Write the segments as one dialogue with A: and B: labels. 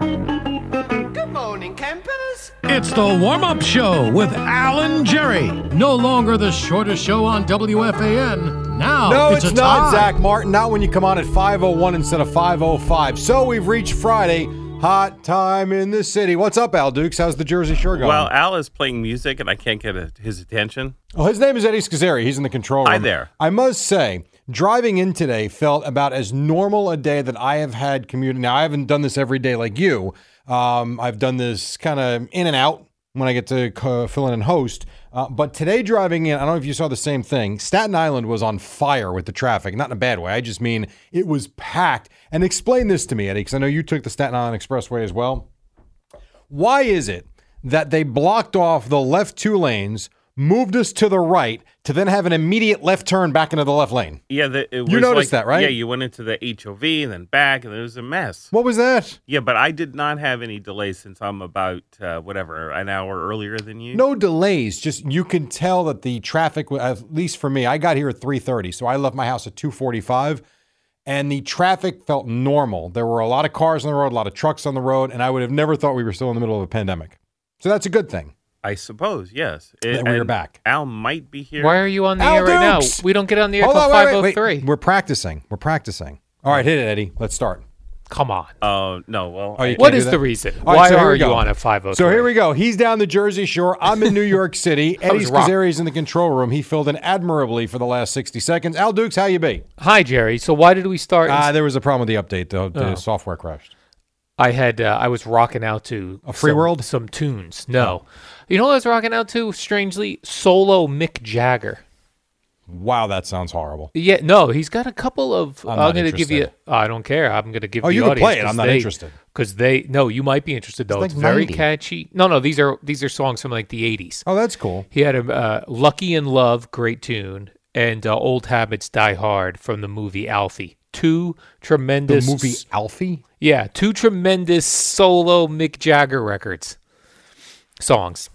A: Good morning, campers.
B: It's the warm up show with Alan Jerry. No longer the shortest show on WFAN. Now
C: No,
B: it's,
C: it's,
B: a tie.
C: not, Zach Martin. Not when you come on at 501 instead of 505. So we've reached Friday. Hot time in the city. What's up, Al Dukes? How's the Jersey Shore going?
D: Well, Al is playing music and I can't get a, his attention.
C: oh, his name is Eddie Scazzeri. He's in the control room.
D: Hi there.
C: I must say, driving in today felt about as normal a day that I have had commuting. Now, I haven't done this every day like you. Um, I've done this kind of in and out when I get to co- fill in and host. Uh, but today, driving in, I don't know if you saw the same thing. Staten Island was on fire with the traffic, not in a bad way. I just mean it was packed. And explain this to me, Eddie, because I know you took the Staten Island Expressway as well. Why is it that they blocked off the left two lanes, moved us to the right, to then have an immediate left turn back into the left lane?
D: Yeah, the, it was
C: noticed
D: like-
C: that, right?
D: Yeah, you went into the HOV and then back, and it was a mess.
C: What was that?
D: Yeah, but I did not have any delays since I'm about uh, whatever an hour earlier than you.
C: No delays. Just you can tell that the traffic, wa- at least for me, I got here at three thirty, so I left my house at two forty-five, and the traffic felt normal. There were a lot of cars on the road, a lot of trucks on the road, and I would have never thought we were still in the middle of a pandemic. So that's a good thing.
D: I suppose yes.
C: That we're
D: and
C: back.
D: Al might be here.
E: Why are you on the
C: Al
E: air right
C: Dukes!
E: now? We don't get on the air
C: Hold
E: till
C: on, wait, wait, wait.
E: 503.
C: We're practicing. We're practicing. All right, hit it, Eddie. Let's start.
E: Come on.
D: Oh no, well,
C: Oh, you
D: I-
C: can't
E: What
C: do
E: is
C: that.
E: the reason?
C: All right,
E: Why
C: so here
E: are
C: we go.
E: you on at 503?
C: So here we go. He's down the Jersey Shore. I'm in New York City. Eddie
E: was wrong.
C: Scazzeri's in the control room. He filled in admirably for the last 60 seconds. Al Dukes, how you be?
E: Hi, Jerry. So why did we start? in-
C: Uh, there was a problem with the update. The,
E: Oh.
C: the software crashed.
E: I had uh, I was rocking out to
C: A Free
E: some,
C: World?
E: some tunes. No, you know what I was rocking out to? Strangely, solo Mick Jagger.
C: Wow, that sounds horrible.
E: Yeah, no, he's got a couple of.
C: I'm
E: I'm,
C: not
E: going to give you.
C: interested.
E: I don't care. I'm going to give.
C: Oh,
E: the
C: you can play
E: audience
C: it.
E: 'cause
C: I'm not
E: they-
C: interested.
E: Because they no, you might be interested though.
C: It's
E: It's,
C: like
E: very
C: 90.
E: catchy. No, no, these are these are songs from like the '80s.
C: Oh, that's cool.
E: He had a uh, "Lucky in Love," great tune, and uh, "Old Habits Die Hard" from the movie Alfie. Two
C: The
E: tremendous
C: movie Alfie?
E: yeah, two tremendous solo Mick Jagger records, songs.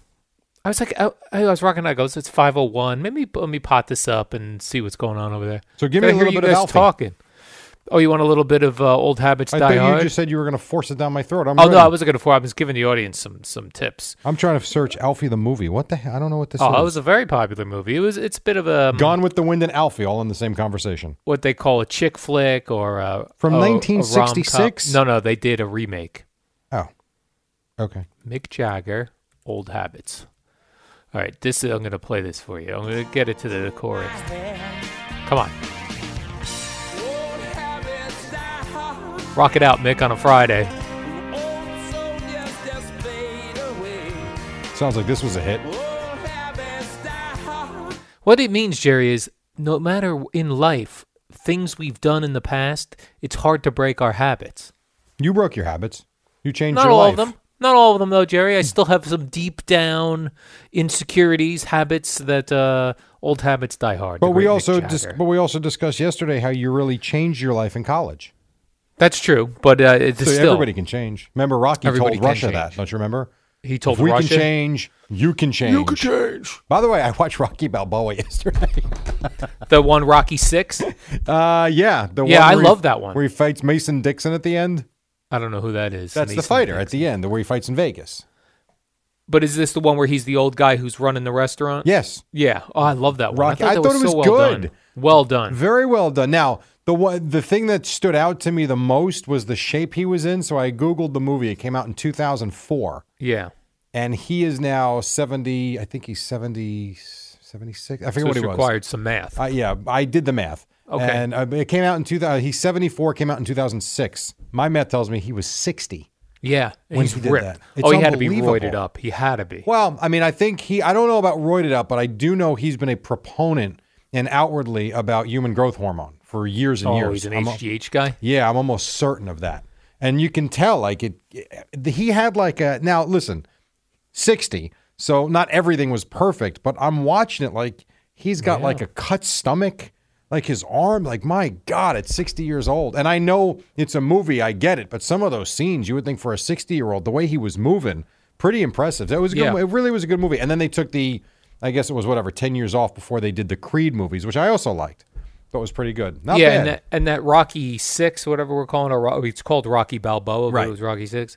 E: I was like, I, I was rocking. I goes, it's five oh one. Maybe let me pot this up and see what's going on over there.
C: So give me
E: I
C: a
E: hear
C: little
E: you
C: bit of
E: guys
C: Alfie.
E: talking. Oh, you want a little bit of uh, old habits
C: I
E: die
C: think
E: hard?
C: you just said you were going to force it down my throat. I'm,
E: oh
C: ready.
E: no, I wasn't gonna. I was giving the audience some some tips.
C: I'm trying to search Alfie the movie. What the hell? I don't know what this
E: Oh,
C: is.
E: it was a very popular movie. It was. It's a bit of a um,
C: Gone with the Wind and Alfie all in the same conversation.
E: what they call a chick flick or a,
C: From
E: a- a
C: 1966?
E: rom-com. No, no, they did a remake.
C: Oh. Okay.
E: Mick Jagger, Old Habits. All right, this is, I'm going to play this for you. I'm going to get it to the chorus. Come on,
A: Old habits die hard.
E: rock it out, Mick, on a Friday.
A: Old soldiers just fade away.
C: Sounds like this was a hit.
A: Old habits die hard.
E: What it means, Jerry, is no matter in life, things we've done in the past, it's hard to break our habits.
C: You broke your habits. You changed
E: Not
C: your
E: all
C: life.
E: of them. Not all of them, though, Jerry. I still have some deep down insecurities, habits that uh, old habits die hard. the
C: But we
E: great Mick
C: also dis-
E: Jagger.
C: but we also discussed yesterday how you really changed your life in college.
E: that's true. But uh, it's
C: So
E: still
C: everybody can change. Remember, Rocky
E: Everybody
C: told
E: can
C: Russia
E: change.
C: that. Don't you remember?
E: he told
C: if we
E: Russia.
C: can change, you can change. You can change. By the way, I watched Rocky Balboa yesterday.
E: the one Rocky Six.
C: Uh, yeah, the
E: Yeah,
C: one
E: I
C: where he-
E: love that one.
C: where he fights Mason Dixon at the end.
E: I don't know who that is.
C: That's the
E: Mason
C: fighter at
E: Dixon.
C: the end, the where he fights in Vegas.
E: But is this the one where he's the old guy who's running the restaurant?
C: Yes,
E: Yeah. Oh, I love that one.
C: Rocky-
E: I thought, that
C: I thought it
E: so
C: was
E: well
C: good.
E: Done. Well done.
C: very well done. Now, the one, the thing that stood out to me the most was the shape he was in. So I googled the movie. It came out in 2004.
E: Yeah.
C: and he is now 70 i think he's 70 76. I forget
E: So
C: what
E: it's
C: he was.
E: required some math.
C: Uh, yeah, I did the math.
E: Okay.
C: And uh, it came out in 2000. He's 74, came out in 2006. My math tells me he was 60.
E: yeah,
C: when
E: he's
C: he did
E: ripped.
C: that.
E: oh,
C: It's
E: he had to be roided
C: unbelievable.
E: up. He had to be.
C: Well, I mean, I think he, I don't know about roided up, but I do know he's been a proponent and outwardly about human growth hormone for years and
E: oh,
C: years.
E: he's an
C: I'm-
E: HGH guy.
C: Yeah, I'm almost certain of that. And you can tell, like it, it- he had like a now. Listen, sixty. So not everything was perfect, but I'm watching it like he's got like a cut stomach, like his arm. Like my God, at sixty years old. And I know it's a movie, I get it, but some of those scenes you would think for a sixty year old, the way he was moving, pretty impressive. That was a good.
E: Yeah.
C: mo- It really was a good movie. And then they took the, I guess it was whatever, ten years off before they did the Creed movies, which I also liked. Thought was pretty good. Not
E: yeah,
C: bad.
E: and that, and that Rocky Six, whatever we're calling it, Ro- it's called Rocky Balboa, but
C: Right.
E: it was Rocky Six.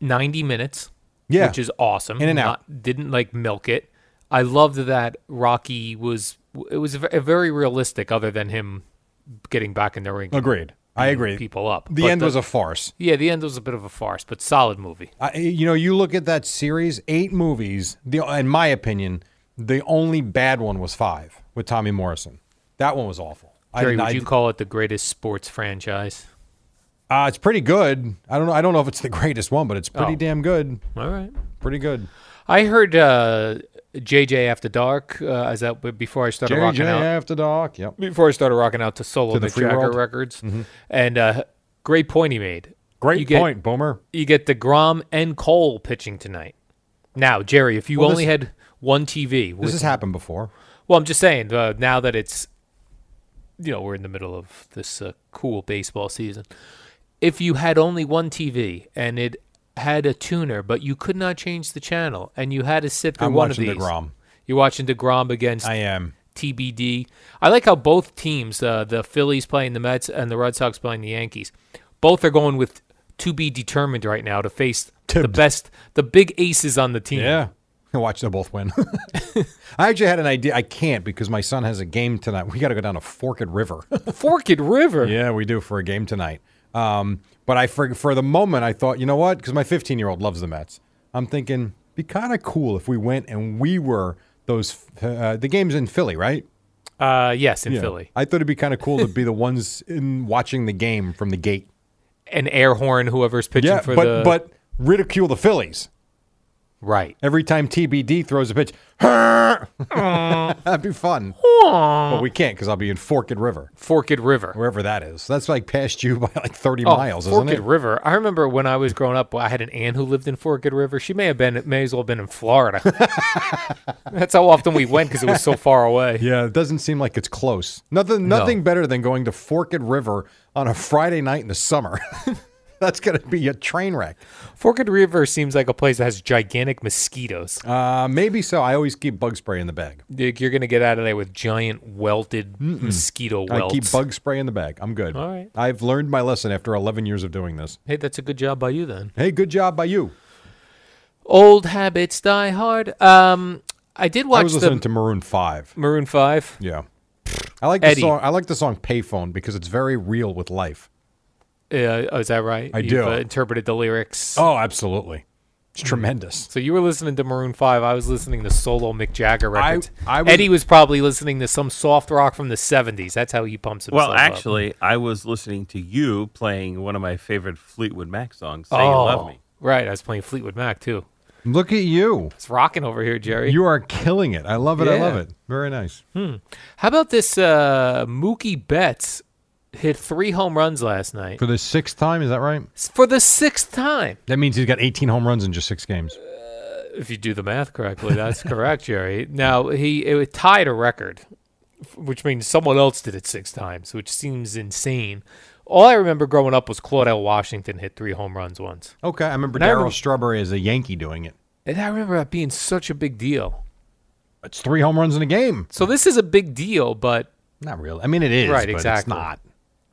E: Ninety minutes,
C: Yeah.
E: which is awesome.
C: In and
E: Not- didn't like milk it. I loved that Rocky was. It was a ve- a very realistic, other than him getting back in the ring. and
C: Agreed. I agree.
E: People up.
C: The
E: But
C: end was a farce.
E: yeah. The end was a bit of a farce, but solid movie.
C: I, you know, you look at that series, eight movies. The in my opinion, the only bad one was five with Tommy Morrison. That one was awful.
E: Jerry,
C: I,
E: would
C: I-
E: you call it the greatest sports franchise?
C: uh, it's pretty good. I don't know. I don't know if it's the greatest one, but it's pretty
E: Oh.
C: damn good.
E: All right.
C: Pretty good.
E: I heard uh, JJ After Dark. Uh, is that b- before I started
C: Jerry
E: rocking
C: J
E: out?
C: after dark. Yep.
E: Before I started rocking out to solo
C: To the
E: Mick
C: free
E: Jagger
C: world. Mm-hmm.
E: records, and uh, great point he made.
C: Great
E: You get-
C: point, Boomer.
E: You get the Grom and Cole pitching tonight. Now, Jerry, if you
C: Well,
E: only
C: this-
E: had one TV,
C: This
E: with,
C: has happened before.
E: well, I'm just saying. Uh, now that it's, you know, we're in the middle of this uh, cool baseball season. If you had only one TV and it had a tuner, but you could not change the channel, and you had to sit through
C: I'm
E: one
C: watching
E: of these,
C: Degrom.
E: you're watching Degrom against
C: I am.
E: TBD. I like how both teams, uh, the Phillies playing the Mets and the Red Sox playing the Yankees, both are going with to be determined right now to face the best, the big aces on the team.
C: Yeah. Watch them both win. I actually had an idea. I can't because my son has a game tonight. We got to go down to Forked River.
E: Forked River.
C: Yeah, we do for a game tonight. Um, but I for, for the moment I thought, you know what? Because my 15 year old loves the Mets. I'm thinking be kind of cool if we went and we were those. Uh, the game's in Philly, right?
E: Uh, yes, in
C: Yeah.
E: Philly.
C: I thought it'd be kind of cool to be the ones in watching the game from the gate.
E: An air horn, whoever's pitching
C: Yeah,
E: for
C: but
E: the
C: but ridicule the Phillies
E: right.
C: every time TBD throws a pitch. That'd be fun. But we can't because I'll be in Forked River,
E: Forked River.
C: wherever that is. That's like past you by like 30
E: Oh,
C: miles, isn't
E: Forked
C: it?
E: River. I remember when I was growing up, I had an aunt who lived in Forked River. She may have been, may as well have been in Florida. That's how often we went because it was so far away.
C: Yeah, it doesn't seem like it's close. Nothing, nothing better than going to Forked River on a Friday night in the summer. That's going to be a train wreck.
E: Forked River seems like a place that has gigantic mosquitoes.
C: Uh, maybe so. I always keep bug spray in the bag.
E: Like, You're going to get out of there with giant welted mosquito welts.
C: I keep bug spray in the bag. I'm good.
E: All right.
C: I've learned my lesson after 11 years of doing this.
E: hey, that's a good job by you then.
C: Hey, good job by you.
E: Old habits die hard. Um, I did
C: I
E: watch
C: was
E: the
C: listening to Maroon Five.
E: Maroon Five.
C: Yeah, I like the
E: Eddie.
C: song. I like the song "Payphone" because it's very real with life.
E: Uh, oh, is that right?
C: I
E: You've,
C: do.
E: Uh, interpreted the lyrics.
C: Oh, absolutely. It's tremendous.
E: So you were listening to Maroon Five. I was listening to solo Mick Jagger
C: I-
E: records.
C: I was-
E: Eddie was probably listening to some soft rock from the '70s. That's how he pumps himself.
D: Well,
E: up.
D: actually, I was listening to you playing one of my favorite Fleetwood Mac songs, "Say You
E: oh,
D: Love Me."
E: right. I was playing Fleetwood Mac too.
C: Look at you.
E: It's rocking over here, Jerry.
C: You are killing it. I love it. I
E: Yeah.
C: love it. Very nice.
E: How about this uh, Mookie Betts hit three home runs last night
C: For the sixth time, is that right?
E: S- for the sixth time?
C: That means he's got 18 home runs in just six games.
E: If you do the math correctly, that's correct, Jerry. Now he it tied a record, f- which means someone else did it six times, which seems insane. All I remember growing up was Claudel Washington hit three home runs once,
C: Okay, I remember
E: And I
C: Darryl
E: remember-
C: Strawberry as a Yankee doing it.
E: and I remember that being such a big deal.
C: It's three home runs in a game.
E: So this is a big deal, but
C: Not really. I mean, it is,
E: Right,
C: but
E: exactly.
C: it's not.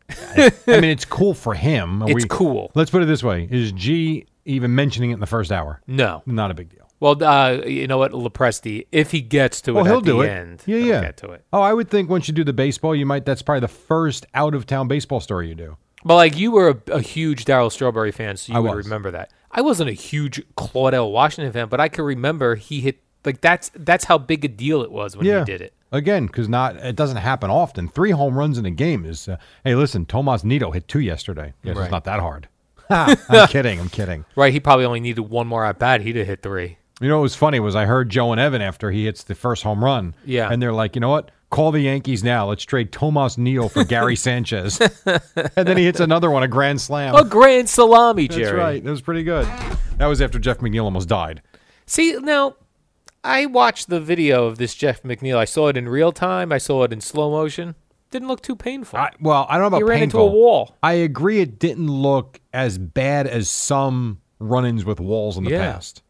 C: I I mean, it's cool for him. Are
E: It's cool.
C: Let's put it this way: Is G even mentioning it in the first hour?
E: no.
C: Not a big deal.
E: Well, uh, you know what, Lepresti, if he gets to it,
C: Well,
E: at
C: he'll
E: the
C: do it.
E: End,
C: yeah,
E: he'll
C: yeah.
E: get to it.
C: Oh, I would think once you do the baseball, you might. That's probably the first out-of-town baseball story you do.
E: But like you were a, a huge Daryl Strawberry fan, so you
C: I
E: would
C: was.
E: remember that. I wasn't a huge Claudel Washington fan, but I could remember he hit Like that's that's how big a deal it was when he did it.
C: Again, because not it doesn't happen often. Three home runs in a game is. Uh, hey, listen, Tomas Nito hit two yesterday. Yes,
E: Right.
C: it's not that hard. Ha, I'm kidding. I'm kidding.
E: Right, he probably only needed one more at bat. He'd have hit three.
C: You know what was funny was I heard Joe and Evan after he hits the first home run.
E: Yeah.
C: And they're like, you know what? Call the Yankees now. Let's trade Tomas Neal for Gary Sanchez. and then he hits another one, a grand slam.
E: A grand salami, Oh, Jerry.
C: That's right. That was pretty good. That was after Jeff McNeil almost died.
E: See, now I watched the video of this Jeff McNeil. I saw it in real time. I saw it in slow motion. Didn't look too painful.
C: I, well, I don't know about
E: He ran into
C: Ah, oh, painful.
E: a wall.
C: I agree. It didn't look as bad as some run-ins with walls in the
E: Yeah.
C: past.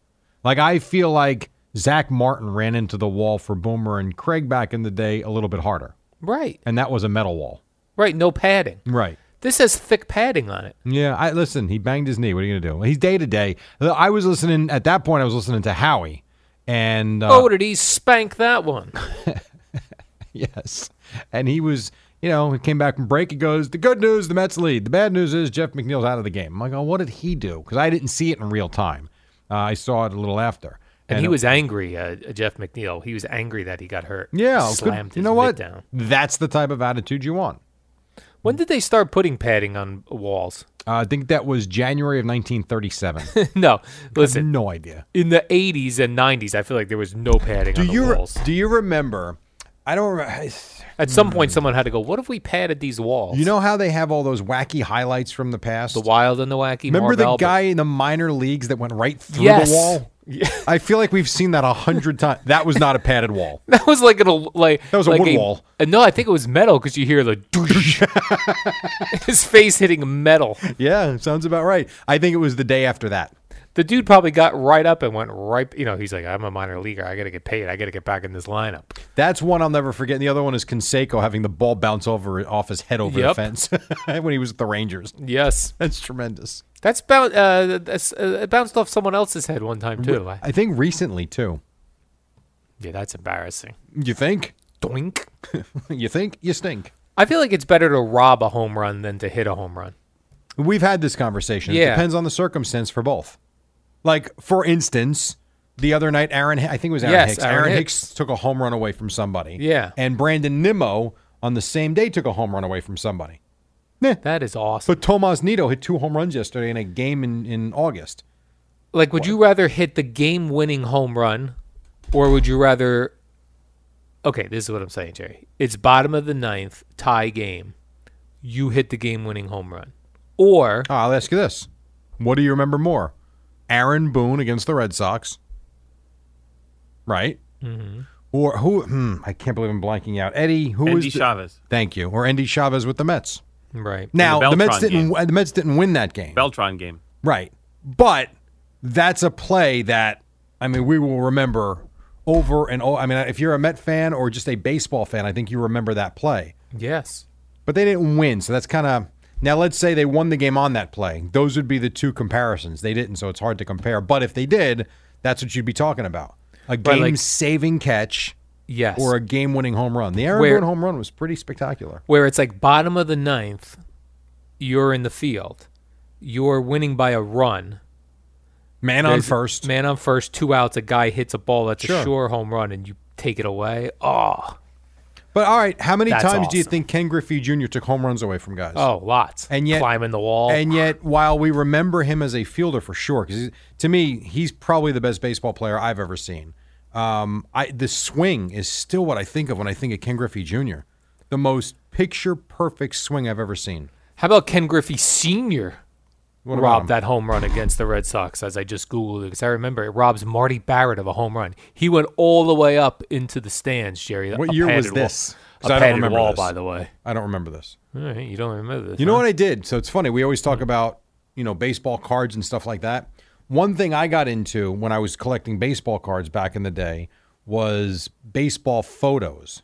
C: Like I feel like Zach Martin ran into the wall for Boomer and Craig back in the day a little bit harder,
E: right.
C: and that was a metal wall.
E: Right. No padding.
C: Right.
E: This has thick padding on it.
C: Yeah, I listen. He banged his knee. What are you gonna do? He's day to day. I was listening at that point. I was listening to Howie, and uh,
E: oh, did he spank that one?
C: yes, and he was. You know, he came back from break. He goes, "The good news, the Mets lead. The bad news is Jeff McNeil's out of the game." I'm like, "Oh, what did he do?" Because I didn't see it in real time. Uh, I saw it a little after,
E: And he was angry, uh, Jeff McNeil. He was angry that he got hurt.
C: yeah. good-
E: Slammed
C: you
E: his
C: know
E: mitt
C: what?
E: down.
C: That's the type of attitude you want.
E: When did they start putting padding on walls?
C: Uh, I think that was January of 1937.
E: no. Listen,
C: no idea.
E: in the 80s and 90s, I feel like there was no padding
C: Do
E: on the
C: you re-
E: walls.
C: do you remember? I don't. Re-
E: At some point, someone had to go, what if we padded these walls?
C: You know how they have all those wacky highlights from the past?
E: the wild and the wacky.
C: Remember
E: Marv
C: the
E: Albert.
C: guy in the minor leagues that went right through
E: Yes.
C: the wall? I feel like we've seen that a hundred times. That was not a padded wall.
E: That was like an al- like
C: That was a
E: like
C: wood wall.
E: uh, no, I think it was metal because you hear the doosh. his face hitting metal.
C: Yeah, sounds about right. I think it was the day after that.
E: The dude probably got right up and went right. You know, he's like, I'm a minor leaguer. I gotta get paid. I gotta get back in this lineup.
C: That's one I'll never forget. And the other one is Conseco having the ball bounce over off his head over the
E: Yep.
C: fence when he was with the Rangers.
E: Yes,
C: That's tremendous.
E: that's bound. Uh, that's, uh, it bounced off someone else's head one time too. I-
C: I think recently too.
E: yeah, that's embarrassing.
C: You think?
E: Doink.
C: you think? You stink.
E: I feel like it's better to rob a home run than to hit a home run.
C: We've had this conversation. It
E: Yeah.
C: depends on the circumstance for both. Like, for instance, the other night, Aaron, I think it was Aaron
E: Yes,
C: Hicks.
E: Aaron
C: Hicks.
E: Hicks.
C: took a home run away from somebody.
E: Yeah.
C: And Brandon Nimmo on the same day took a home run away from somebody.
E: That is awesome.
C: But Tomas Nito hit two home runs yesterday in a game in, in August.
E: Like, would you rather hit the game winning home run or would you rather. Okay, this is what I'm saying, Jerry. It's bottom of the ninth, tie game. You hit the game winning home run. Or
C: Ah, I'll ask you this What do you remember more? Aaron Boone against the Red Sox, right? Mm-hmm. Or who? Hmm, I can't believe I'm blanking out. Eddie, who is
D: Andy
C: the-
D: Chavez.
C: Thank you. Or Andy Chavez with the Mets.
E: right.
C: Now the,
D: Beltran
C: Mets didn't.
D: game.
C: w The Mets didn't win that game,
D: Beltron game.
C: right? But that's a play that I mean we will remember over and over. I mean, if you're a Met fan or just a baseball fan, I think you remember that play.
E: Yes.
C: But they didn't win, so that's kind of now. Let's say they won the game on that play. Those would be the two comparisons. They didn't, so it's hard to compare. But if they did, that's what you'd be talking about: a
E: like-
C: game-saving catch
E: Yes.
C: or a game-winning home run. The Aaron
E: Where-
C: Boone home run was pretty spectacular.
E: Where it's like bottom of the ninth, you're in the field, you're winning by a run.
C: Man on
E: There's
C: first.
E: Man on first, two outs, a guy hits a ball that's
C: Sure.
E: a sure home run and you take it away. Oh,
C: But all right, how many
E: That's
C: times do you
E: awesome.
C: think Ken Griffey Jr. took home runs away from guys?
E: oh, lots.
C: And yet-
E: climbing the wall.
C: And yet, while we remember him as a fielder for sure, because to me, he's probably the best baseball player I've ever seen. Um, I the swing is still what I think of when I think of Ken Griffey Jr. The most picture perfect swing I've ever seen.
E: How about Ken Griffey Sr.
C: What about him?
E: robbed that home run against the Red Sox, as I just Googled it, because I remember it robs Marty Barrett of a home run. He went all the way up into the stands, Jerry.
C: What
E: A
C: year was
E: padded
C: this? 'Cause
E: Wall. A
C: I don't
E: padded
C: remember
E: wall,
C: this.
E: by the way.
C: I don't remember this.
E: All right, you don't remember this.
C: You know
E: huh?
C: what I did? So it's funny. We always talk about, you know, baseball cards and stuff like that. One thing I got into when I was collecting baseball cards back in the day was baseball photos.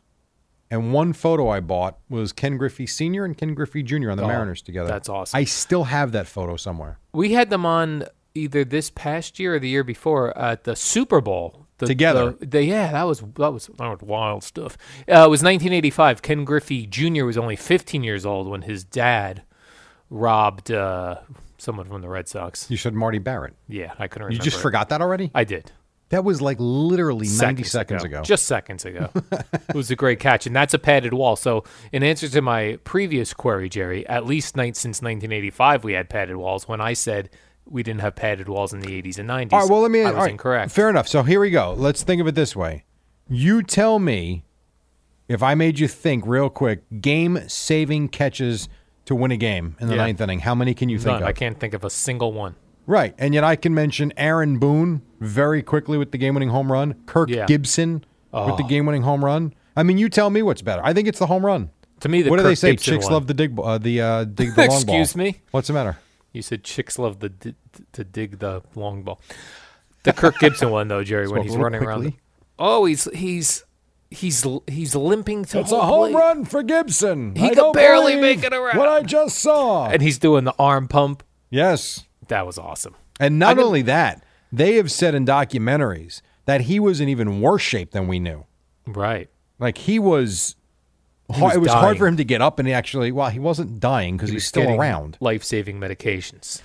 C: And one photo I bought was Ken Griffey Sr. and Ken Griffey Jr. on the Mariners together.
E: Oh, that's awesome.
C: I still have that photo somewhere.
E: We had them on either this past year or the year before at the Super Bowl. The-
C: Together.
E: the- the- yeah, that was that was, that was wild stuff. Uh, it was 1985. Ken Griffey Jr. was only 15 years old when his dad robbed uh, someone from the Red Sox.
C: You said Marty Barrett.
E: Yeah, I couldn't
C: You
E: remember.
C: just
E: it.
C: forgot that already?
E: I did.
C: That was like literally 90
E: seconds
C: seconds ago.
E: Just seconds ago. it was a great catch, and that's a padded wall. So, in answer to my previous query, Jerry, at least night since 1985 we had padded walls. When I said we didn't have padded walls in the 80s and 90s,
C: all right, well, let me.
E: I
C: all
E: was
C: right,
E: incorrect.
C: Fair enough. So here we go. Let's think of it this way. You tell me if I made you think real quick game saving catches to win a game in the
E: Yeah.
C: ninth inning, how many can you think
E: None.
C: of?
E: I can't think of a single one.
C: Right. And yet I can mention Aaron Boone very quickly with the game winning home run, Kirk
E: Yeah. Oh.
C: Gibson with the game winning home run. I mean, you tell me what's better. I think it's the home run.
E: To me, the
C: what do they
E: Kirk
C: say?
E: Gibson
C: Chicks
E: one.
C: love the dig, uh, the uh, dig the long ball.
E: Excuse me?
C: What's the matter?
E: You said chicks love the d- to dig the long ball. The Kirk Gibson one though, Jerry, when
C: Spoke a
E: he's
C: little
E: running around. the-
C: quickly.
E: oh, he's he's he's l- he's limping to
C: It's a home
E: plate.
C: run for Gibson.
E: He
C: I
E: could
C: don't
E: barely
C: believe
E: make it around.
C: What I just saw.
E: and he's doing the arm pump.
C: yes.
E: That was awesome.
C: And not only that, they have said in documentaries that he was in even worse shape than we knew.
E: Right.
C: Like he was, hard,
E: was
C: it was hard
E: dying.
C: for him to get up, and he actually, well, he wasn't dying because
E: He
C: he's
E: was
C: still
E: getting
C: around.
E: Life-saving medications.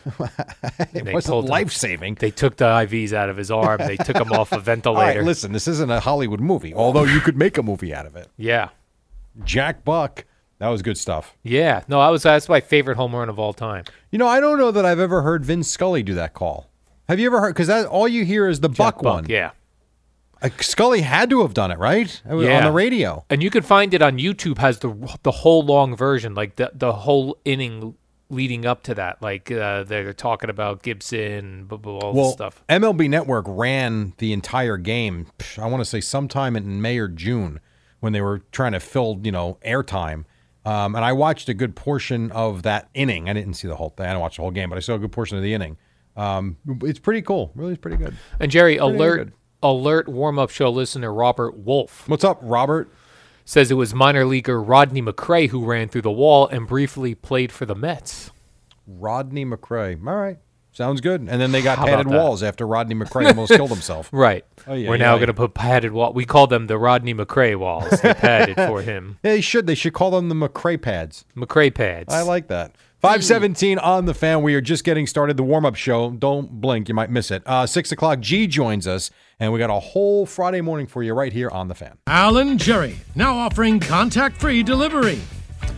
E: it
C: It wasn't life saving.
E: They took the IVs out of his arm. They took him off a
C: All right,
E: ventilator.
C: listen, this isn't a Hollywood movie, although you could make a movie out of it.
E: yeah.
C: Jack Buck, that was good stuff.
E: Yeah. No, I was that's my favorite home run of all time.
C: You know, I don't know that I've ever heard Vin Scully do that call. Have you ever heard? Because that all you hear is the Buck,
E: Buck,
C: one.
E: Yeah.
C: Uh, Scully had to have done it, right? It was On
E: Yeah.
C: the radio.
E: and you can find it on YouTube. Has the the whole long version, like the the whole inning leading up to that. Like uh, they're talking about Gibson, blah, blah, all
C: well,
E: this stuff.
C: MLB Network ran the entire game. psh, I want to say sometime in May or June when they were trying to fill, you know, airtime. Um, and I watched a good portion of that inning. I didn't see the whole thing. I didn't watch the whole game, but I saw a good portion of the inning. Um, it's pretty cool. Really, it's pretty good.
E: And Jerry, alert
C: good.
E: alert warm up show listener Robert Wolf
C: What's up, Robert?
E: says it was minor leaguer Rodney McRae who ran through the wall and briefly played for the Mets.
C: Rodney McRae. All right. Sounds good. And then they got
E: How about
C: padded
E: that?
C: walls after Rodney McRae almost killed himself.
E: Right.
C: Oh, yeah,
E: We're
C: yeah,
E: now
C: yeah.
E: going to put padded wall. We call them the Rodney McRae walls. They padded for him.
C: They should. They should call them the McRae pads.
E: McRae pads.
C: I like that. 517 on the fan. We are just getting started. The warm up show. Don't blink. You might miss it. Uh, 6 o'clock, G joins us, and we got a whole Friday morning for you right here on the fan.
B: Alan Jerry, now offering contact free delivery.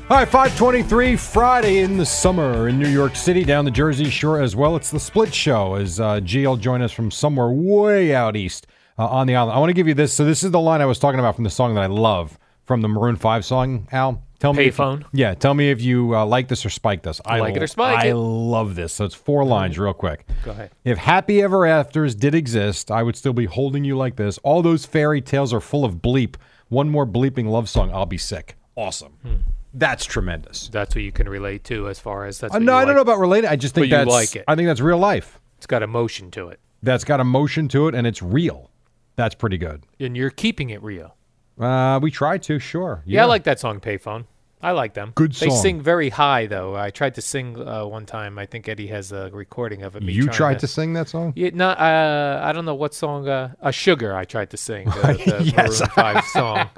C: All right, 523 Friday in the summer in New York City, down the Jersey Shore as well. It's the split show as uh, G will join us from somewhere way out east uh, on the island. I want to give you this. So, this is the line I was talking about from the song that I love from the Maroon 5 song. Al, tell me. if you-
E: Payphone.
C: yeah, tell me if you uh, like this or spike this. I
E: Like it or spike
C: I
E: it.
C: love this. So, it's four lines, real quick.
E: Go ahead.
C: If happy ever afters did exist, I would still be holding you like this. All those fairy tales are full of bleep. One more bleeping love song, I'll be sick. Awesome.
E: Hmm.
C: That's tremendous.
E: That's what you can relate to as far as that's.
C: Uh,
E: what
C: no,
E: you
C: I don't
E: like.
C: know about related. I just think
E: But you
C: that's
E: like it.
C: I think that's real life.
E: It's got emotion to it.
C: That's got emotion to it and it's real. That's pretty good.
E: and you're keeping it real.
C: Uh, we try to, sure.
E: Yeah, I like that song, Payphone. I like them.
C: Good
E: They
C: song.
E: sing very high, though. I tried to sing uh, one time. I think Eddie has a recording of it. me
C: You
E: trying
C: tried to sing that song?
E: Yeah, not, uh, I don't know what song. Uh, uh, Sugar. I tried to sing the, the Maroon Five song.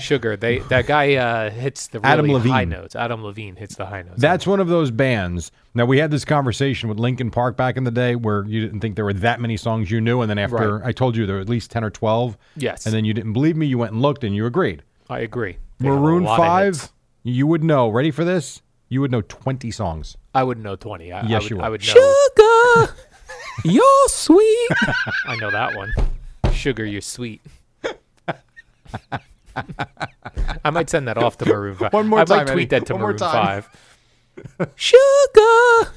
E: Sugar. They that guy uh, hits the really
C: Adam
E: high
C: Levine.
E: notes. Adam Levine hits the high notes.
C: That's one of those bands. Now we had this conversation with Lincoln Park back in the day, where you didn't think there were that many songs you knew, and then after I told you there were at least ten or twelve.
E: Yes.
C: And then you didn't believe me. You went and looked, and you agreed.
E: I agree. They have a
C: Maroon
E: lot of
C: Five.
E: hits.
C: You would know. Ready for this? You would know twenty songs.
E: I would know twenty. I,
C: Yes,
E: I would,
C: you would.
E: I would know. Sugar, you're sweet. I know that one. Sugar, you're sweet. I might send that off to Maroon Five.
C: One more
E: I
C: time,
E: might tweet
C: Eddie.
E: that to
C: One more
E: Maroon
C: time.
E: Five. Sugar,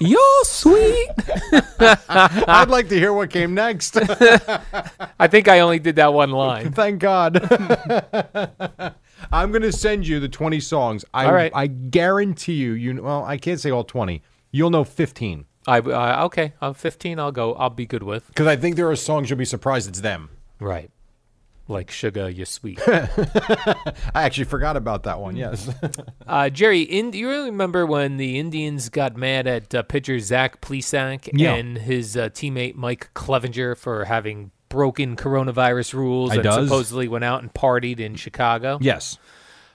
E: you're sweet. Ah.
C: I'd like to hear what came next.
E: I think I only did that one line.
C: Thank God. I'm going to send you the 20 songs. I,
E: All right.
C: I guarantee you. You kn- well, I can't say all 20. You'll know 15
E: I uh, okay. I'm 15. I'll go. I'll be good with.
C: because I think there are songs you'll be surprised it's them.
E: Right. Like sugar, you're sweet.
C: I actually forgot about that one. Yes.
E: Uh, Jerry, in, do you remember when the Indians got mad at uh, pitcher Zach Plesac
C: Yeah.
E: and his uh, teammate Mike Clevenger for having broken coronavirus rules
C: I
E: and
C: does.
E: supposedly went out and partied in Chicago?
C: yes.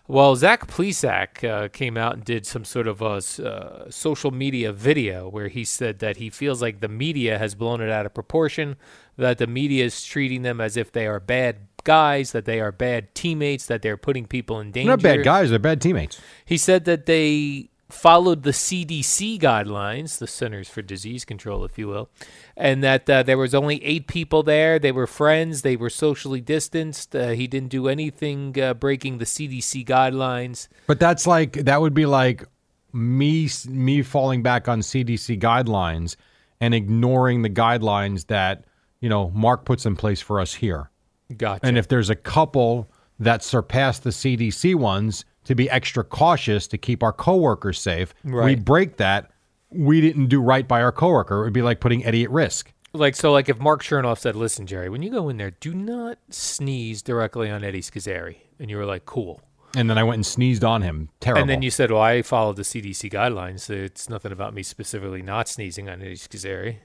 E: Well, Zach Plesak uh, came out and did some sort of a s- uh, social media video where he said that he feels like the media has blown it out of proportion, that the media is treating them as if they are bad guys, that they are bad teammates, that they're putting people in danger.
C: They're not bad guys. They're bad teammates.
E: He said that they followed the CDC guidelines, the Centers for Disease Control, if you will, and that uh, there was only eight people there. They were friends. They were socially distanced. Uh, he didn't do anything uh, breaking the CDC guidelines.
C: But that's like that would be like me me falling back on CDC guidelines and ignoring the guidelines that you know Mark puts in place for us here.
E: Gotcha.
C: And if there's a couple that surpass the CDC ones to be extra cautious to keep our coworkers safe, we
E: Right.
C: break that. We didn't do right by our coworker. It would be like putting Eddie at risk.
E: like so, like if Mark Chernoff said, "Listen, Jerry, when you go in there, do not sneeze directly on Eddie Scazzeri," and you were like, "Cool."
C: And then I went and sneezed on him. Terrible.
E: And then you said, "Well, I followed the CDC guidelines. So it's nothing about me specifically not sneezing on Eddie Scazzeri."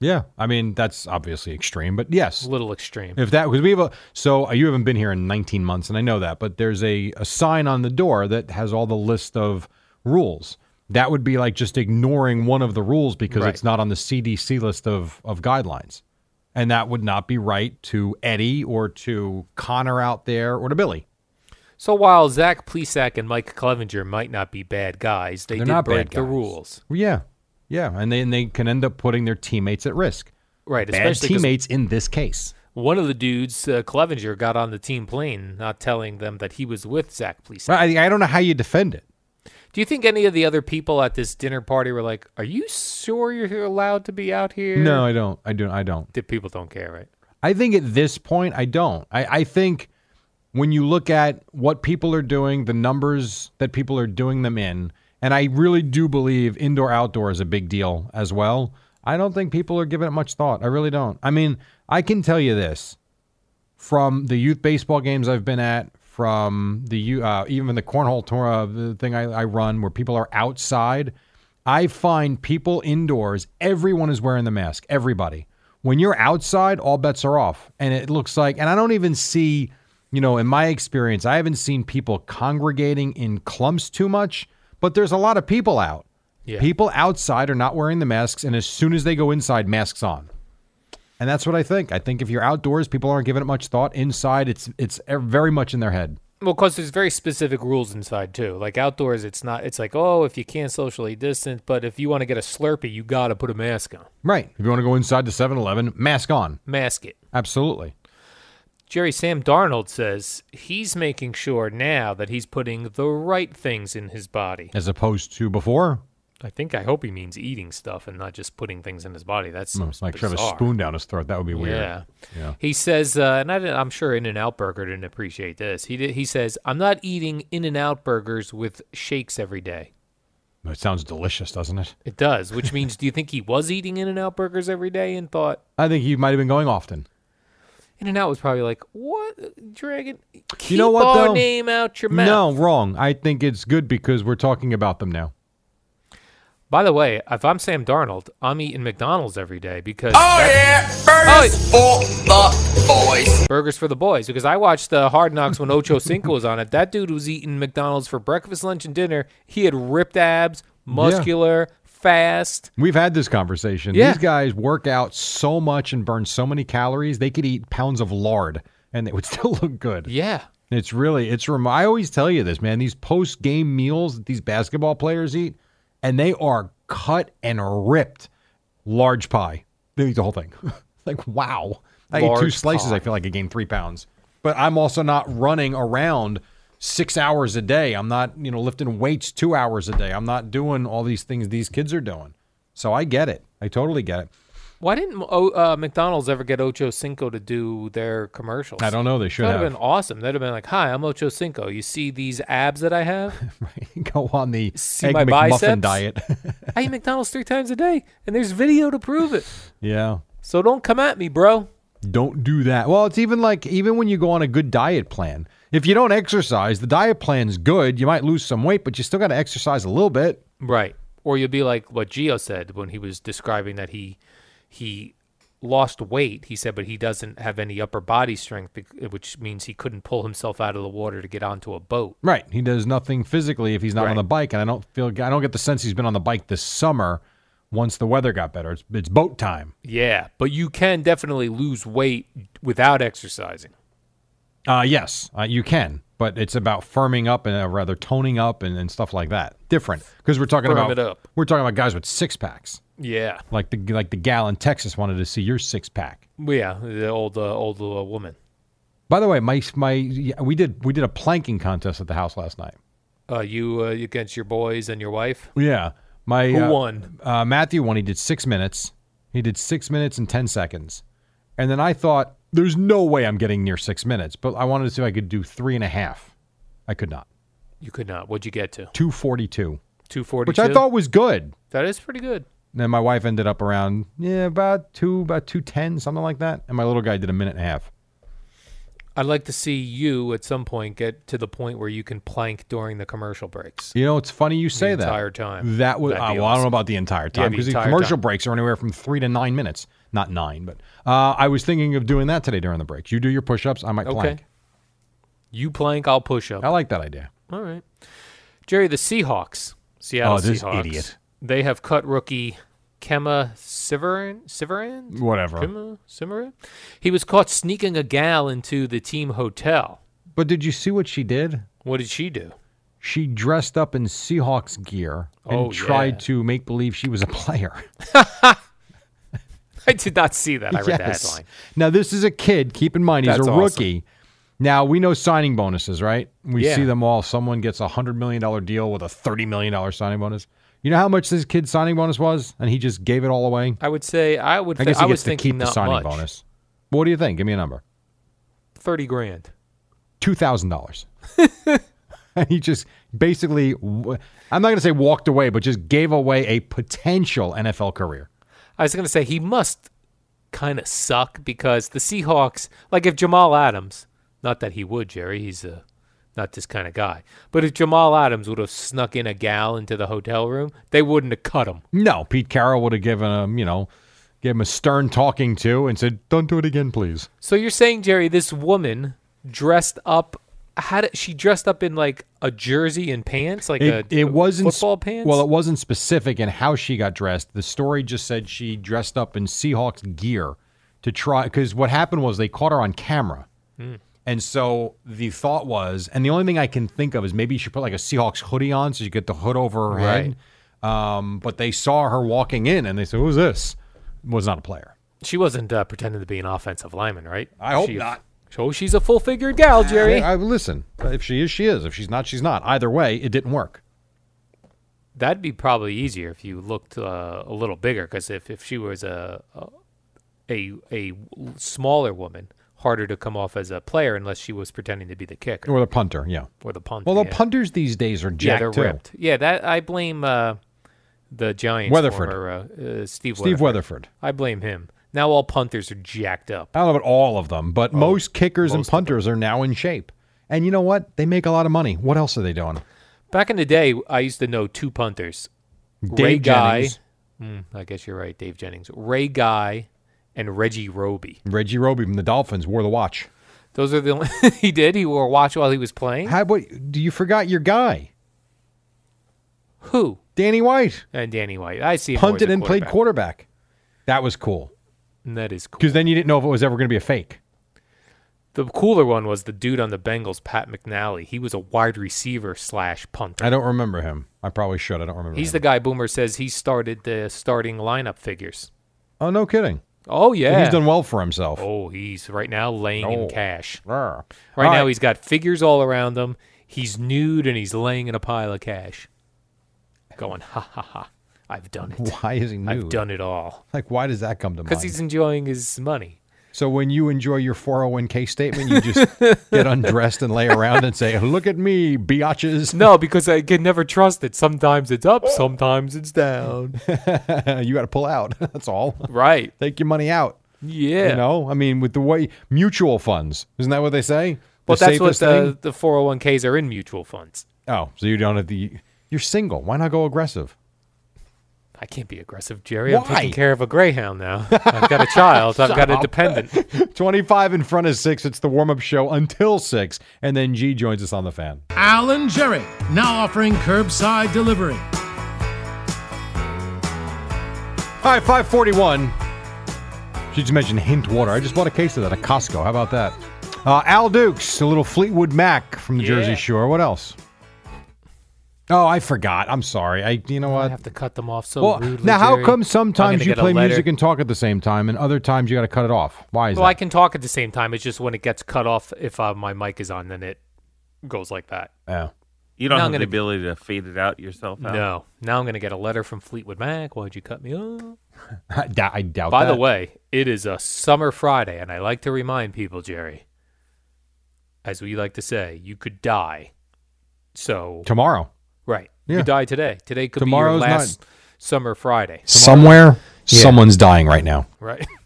C: yeah. I mean, that's obviously extreme, but yes.
E: A little extreme.
C: If that because we have a so uh, you haven't been here in 19 months, and I know that, but there's a, a sign on the door that has all the list of rules. That would be like just ignoring one of the rules because
E: Right.
C: it's not on the CDC list of of guidelines, and that would not be right to Eddie or to Connor out there or to Billy.
E: So while Zach Plesak and Mike Clevenger might not be bad guys, they
C: They're
E: did
C: not bad
E: break the
C: guys.
E: rules,
C: Yeah, yeah, and then they can end up putting their teammates at risk.
E: right?
C: Bad
E: especially 'cause
C: teammates in this case.
E: One of the dudes, uh, Clevenger, got on the team plane, not telling them that he was with Zach Plesak.
C: Well, I I don't know how you defend it.
E: Do you think any of the other people at this dinner party were like, "Are you sure you're allowed to be out here"?
C: No, I don't. I do. I don't.
E: the people don't care, right?
C: I think at this point, I don't. I, I think when you look at what people are doing, the numbers that people are doing them in, and I really do believe indoor outdoor is a big deal as well. I don't think people are giving it much thought. I really don't. I mean, I can tell you this from the youth baseball games I've been at, from the you- uh, even the cornhole tour uh, the thing I, I run where people are outside. I find people indoors, everyone is wearing the mask. Everybody. When you're outside, all bets are off, and it looks like. And I don't even see, you know, in my experience, I haven't seen people congregating in clumps too much. But there's a lot of people out.
E: Yeah.
C: People outside are not wearing the masks, and as soon as they go inside, masks on. And that's what I think. I think if you're outdoors, people aren't giving it much thought. Inside, it's it's e- very much in their head.
E: Well, because there's very specific rules inside too. Like outdoors, it's not. It's like, oh, if you can't socially distance, but if you want to get a Slurpee, you got to put a mask on.
C: Right. If you want to go inside to 7-Eleven, mask on.
E: Mask it.
C: Absolutely.
E: Jerry Sam Darnold says he's making sure now that he's putting the right things in his body.
C: As opposed to before,
E: I think I hope he means eating stuff and not just putting things in his body. That's
C: it's like shove a
E: bizarre.
C: spoon down his throat. That would be weird.
E: Yeah.
C: Yeah.
E: He says, uh, and I didn't, I'm sure In and Out Burger didn't appreciate this. He did, he says, I'm not eating In and Out burgers with shakes every day.
C: It sounds delicious, doesn't it?
E: It does, which means, do you think he was eating In and Out burgers every day and thought
C: I think you might have been going often.
E: In and Out was probably like, what, Dragon? Keep
C: know what,
E: our
C: though?
E: name out your mouth.
C: No, wrong. I think it's good because we're talking about them now.
E: By the way, if I'm Sam Darnold, I'm eating McDonald's every day because
C: Oh,
F: Burgers Oh, for the boys.
E: burgers for the boys. Because I watched the Hard Knocks when Ocho Cinco was on it. That dude was eating McDonald's for breakfast, lunch, and dinner. He had ripped abs, muscular, fast.
C: We've had this conversation.
E: Yeah.
C: These guys work out so much and burn so many calories, they could eat pounds of lard and it would still look good.
E: Yeah,
C: It's really it's rem- I always tell you this, man. These post game meals that these basketball players eat, and they are cut and ripped. Large pie. They eat the whole thing. like wow. I ate two
E: Large
C: slices.
E: pie.
C: I feel like I gained three pounds. But I'm also not running around six hours a day. I'm not you know lifting weights two hours a day. I'm not doing all these things these kids are doing. So I get it. I totally get it.
E: Why didn't o, uh, McDonald's ever get Ocho Cinco to do their commercials?
C: I don't know. They should
E: That would
C: have.
E: have been awesome. That'd have been like, "Hi, I'm Ocho Cinco. You see these abs that I have?
C: Go on the
E: See
C: egg
E: my
C: McMuffin
E: biceps?
C: diet.
E: I eat McDonald's three times a day, and there's video to prove it.
C: yeah.
E: So don't come at me, bro."
C: Don't do that. Well, it's even like even when you go on a good diet plan. If you don't exercise, the diet plan's good. You might lose some weight, but you still got to exercise a little bit.
E: Right. Or you'll be like what Gio said when he was describing that he he lost weight. He said, but he doesn't have any upper body strength, bec- which means he couldn't pull himself out of the water to get onto a boat.
C: Right. He does nothing physically if he's not on
E: Right.
C: the bike, and I don't feel I don't get the sense he's been on the bike this summer. Once the weather got better, it's, it's boat time.
E: Yeah, but you can definitely lose weight without exercising.
C: Uh, yes, uh, you can, but it's about firming up and uh, rather toning up and, and stuff like that. Different because we're talking
E: Firm
C: about
E: it up.
C: we're talking about guys with six packs,
E: Yeah,
C: like the like the gal in Texas wanted to see your six pack.
E: yeah, the old uh, old uh, woman.
C: By the way, my my yeah, we did we did a planking contest at the house last night.
E: Uh, you uh, against your boys and your wife.
C: Yeah, my
E: Who
C: uh,
E: won?
C: Uh, Matthew won. He did six minutes. He did six minutes and ten seconds, and then I thought, "There's no way I'm getting near six minutes." But I wanted to see if I could do three and a half. I could not.
E: You could not. What'd you get to?
C: Two forty two,
E: Two forty.
C: which I thought was good.
E: that is pretty good.
C: And then my wife ended up around yeah about two about two ten something like that, and my little guy did a minute and a half.
E: I'd like to see you at some point get to the point where you can plank during the commercial breaks.
C: You know, it's funny you say that.
E: entire time.
C: That was. Uh, well, I don't
E: That'd be
C: know
E: awesome.
C: about the entire time
E: the
C: because the
E: entire
C: commercial
E: time.
C: breaks are anywhere from three to nine minutes. Not nine, but uh, I was thinking of doing that today during the breaks. You do your push-ups. I might
E: Okay.
C: plank.
E: You plank, I'll push up.
C: I like that idea.
E: All right. Jerry, the Seahawks, Seattle
C: Oh, this
E: Seahawks.
C: idiot.
E: They have cut rookie Kema Sivarin. Sivarin?
C: Whatever.
E: Kema Sivarin? He was caught sneaking a gal into the team hotel.
C: But did you see what she did?
E: What did she do?
C: She dressed up in Seahawks gear and
E: Oh,
C: tried
E: yeah.
C: to make believe she was a player.
E: I did not see that. I read the headline.
C: Now this is a kid. Keep in mind he's
E: That's
C: a
E: awesome.
C: rookie. Now we know signing bonuses, right? We
E: Yeah.
C: see them all. Someone gets a hundred million dollar deal with a thirty million dollar signing bonus. You know how much this kid's signing bonus was, and he just gave it all away.
E: I would say I would.
C: I
E: thi-
C: guess he
E: was
C: gets to
E: thinking
C: keep the
E: not
C: signing
E: much.
C: bonus. What do you think? Give me a number.
E: Thirty grand.
C: two thousand dollars. And he just basically, w- I'm not going to say walked away, but just gave away a potential NFL career.
E: I was going to say he must kind of suck because the Seahawks, like if Jamal Adams, not that he would, Jerry, he's a not this kind of guy. But if Jamal Adams would have snuck in a gal into the hotel room, they wouldn't have cut him.
C: No, Pete Carroll would have given him, you know, gave him a stern talking to and said, "Don't do it again, please."
E: So you're saying, Jerry, this woman dressed up how did she dressed up in like a jersey and pants, like
C: It,
E: a
C: it wasn't s-
E: football pants?
C: Well, it wasn't specific in how she got dressed. The story just said she dressed up in Seahawks gear to try. Because what happened was they caught her on camera,
E: Hmm.
C: and so the thought was, and the only thing I can think of is maybe she put like a Seahawks hoodie on, so you get the hood over her head. Um, but they saw her walking in, and they said, "Who's this?" Was not a player.
E: she wasn't uh, pretending to be an offensive lineman, right?
C: I hope
E: She-
C: not.
E: So she's a full figured gal, Jerry.
C: I listen. If she is, she is. If she's not, she's not. Either way, it didn't work.
E: That'd be probably easier if you looked uh, a little bigger, because if, if she was a, a a a smaller woman, harder to come off as a player unless she was pretending to be the kicker
C: Or the punter, yeah.
E: or the punter.
C: Well, the
E: yeah.
C: punters these days are
E: yeah,
C: jacked
E: they're
C: too.
E: ripped. Yeah, that I blame uh, the Giants
C: Weatherford.
E: former, uh, uh, Steve
C: Steve Weatherford.
E: I blame him. Now all punters are jacked up.
C: I don't know about all of them,
E: Oh,
C: but most kickers and punters are now in shape. And you know what? They make a lot of money. What else are they doing?
E: Back in the day, I used to know two punters. Ray
C: Dave
E: Guy.
C: Jennings.
E: Mm, I guess you're right, Dave Jennings. Ray Guy and Reggie Roby.
C: Reggie Roby from the Dolphins wore the watch.
E: Those are the only he did. He wore a watch while he was playing.
C: How what do you forgot your guy?
E: Who?
C: Danny White
E: And Danny White. I see. him more as
C: punted
E: a
C: and played quarterback. That was cool
E: And that is cool.
C: because then you didn't know if it was ever going to be a fake.
E: The cooler one was the dude on the Bengals, Pat McNally. He was a wide receiver slash punter.
C: I don't remember him. I probably should. I don't remember.
E: He's
C: him.
E: the guy Boomer says he started the starting lineup figures.
C: oh no, kidding.
E: Oh yeah.
C: He's done well for himself.
E: Oh, he's right now laying
C: Oh.
E: in cash.
C: Right,
E: Right now he's got figures all around him. He's nude and he's laying in a pile of cash. Going ha ha ha. I've done it.
C: Why is he new?
E: I've done it all.
C: Like, why does that come to mind?
E: Because he's enjoying his money.
C: So when you enjoy your 401k statement, you just get undressed and lay around and say, "Look at me, biatches."
E: No, because I can never trust it. Sometimes it's
C: Oh.
E: up, sometimes it's down.
C: you got to pull out. That's all.
E: right.
C: Take your money out.
E: Yeah.
C: You know, I mean, with the way mutual funds, isn't that what they say?
E: but
C: the
E: that's what
C: safest
E: the,
C: thing.
E: the 401ks are in mutual funds.
C: Oh, so you don't have the. You're single. Why not go aggressive?
E: I can't be aggressive, Jerry. I'm
C: Why?
E: taking care of a greyhound now. I've got a child. I've got a dependent.
C: 25 in front of 6. It's the warm up show until 6. And then G joins us on the fan.
B: Alan Jerry, now offering curbside delivery.
C: All right, 541. She just mentioned hint water. I just bought a case of that at Costco. How about that? Uh, Al Dukes, a little Fleetwood Mac from the Jersey Shore. What else? Oh, I forgot. I'm sorry. I, you know
E: I
C: what?
E: have to cut them off so
C: Well,
E: rudely.
C: now how
E: Jerry. I'm
C: come
E: gonna
C: sometimes you
E: get a
C: play
E: letter.
C: music and talk at the same time, and other times you got to cut it off? Why is
E: Well,
C: that?
E: I can talk at the same time. It's just when it gets cut off, if uh, my mic is on, then it goes like that.
C: Yeah.
D: You don't
E: Now I'm
D: have the
E: gonna-
D: ability to fade it out yourself.
C: Oh.
D: Out.
E: No. Now I'm going to get a letter from Fleetwood Mac. Why'd you cut me off?
C: I, dou- I doubt.
E: By the
C: that.
E: way, it is a summer Friday, and I like to remind people, Jerry, as we like to say, you could die. So,
C: tomorrow,
E: right.
C: Yeah.
E: You could die today. Today could
C: Tomorrow's
E: be
C: not-
E: your last summer Friday.
C: somewhere, someone's dying right now.
E: Right.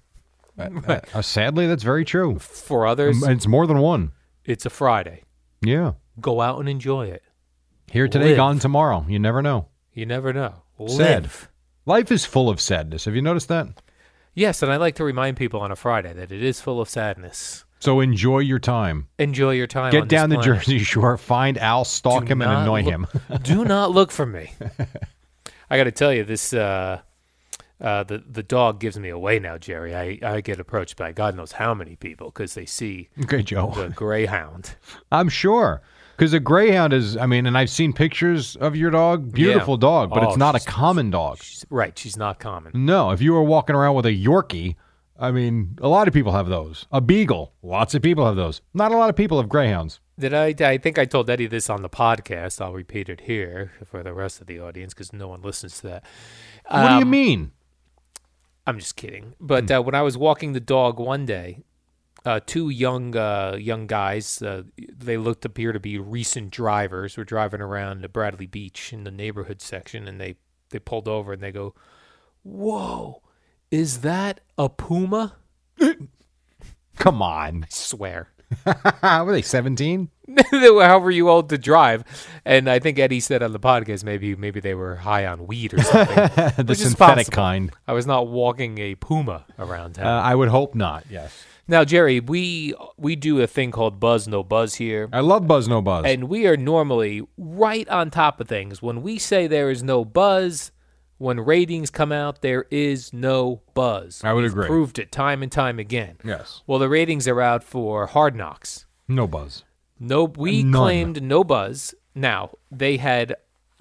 C: Uh, sadly, that's very true.
E: For others,
C: Um, It's more than one.
E: it's a Friday.
C: Yeah.
E: Go out and enjoy it.
C: Here today,
E: Live.
C: gone tomorrow. You never know.
E: You never know.
C: Sad.
E: Live.
C: Life is full of sadness. Have you noticed that?
E: Yes, and I like to remind people on a Friday that it is full of sadness.
C: So enjoy your time.
E: Enjoy your time. on
C: Get
E: this
C: down the
E: planet.
C: Jersey Shore, find Al, stalk
E: Do
C: him, and
E: not
C: annoy
E: look-
C: him.
E: do not look for me. I got to tell you, this uh, uh, the the dog gives me away now, Jerry. I, I get approached by God knows how many people because they see
C: okay, Joe.
E: the greyhound.
C: I'm sure. Because a greyhound is, I mean, and I've seen pictures of your dog. Beautiful dog, but
E: Oh,
C: it's not a
E: she's-
C: common dog.
E: She's, right, she's not common.
C: No, if you were walking around with a Yorkie, I mean, a lot of people have those. A beagle, lots of people have those. Not a lot of people have greyhounds.
E: Did I? I think I told Eddie this on the podcast. I'll repeat it here for the rest of the audience because no one listens to that.
C: what do you
E: Um,
C: mean?
E: I'm just kidding. But uh, when I was walking the dog one day, uh, two young uh, young guys, uh, they looked appear to be recent drivers, were driving around to Bradley Beach in the neighborhood section, and they they pulled over and they go, "Whoa, is that a puma?"
C: Come on.
E: I swear.
C: were they 17?
E: They were however you old to drive, and I think Eddie said on the podcast maybe maybe they were high on weed or something.
C: the
E: Which is
C: synthetic
E: possible.
C: kind.
E: I was not walking a puma around town.
C: Uh, I would hope not, yes.
E: Now, Jerry, we we do a thing called buzz no buzz here,
C: I love Buzz No Buzz.
E: and we are normally right on top of things. When we say there is no buzz, when ratings come out, there is no buzz.
C: I would
E: We've
C: agree.
E: Proved it time and time again.
C: yes.
E: Well, the ratings are out for Hard Knocks.
C: No Buzz.
E: No, we
C: None.
E: claimed no buzz. Now they had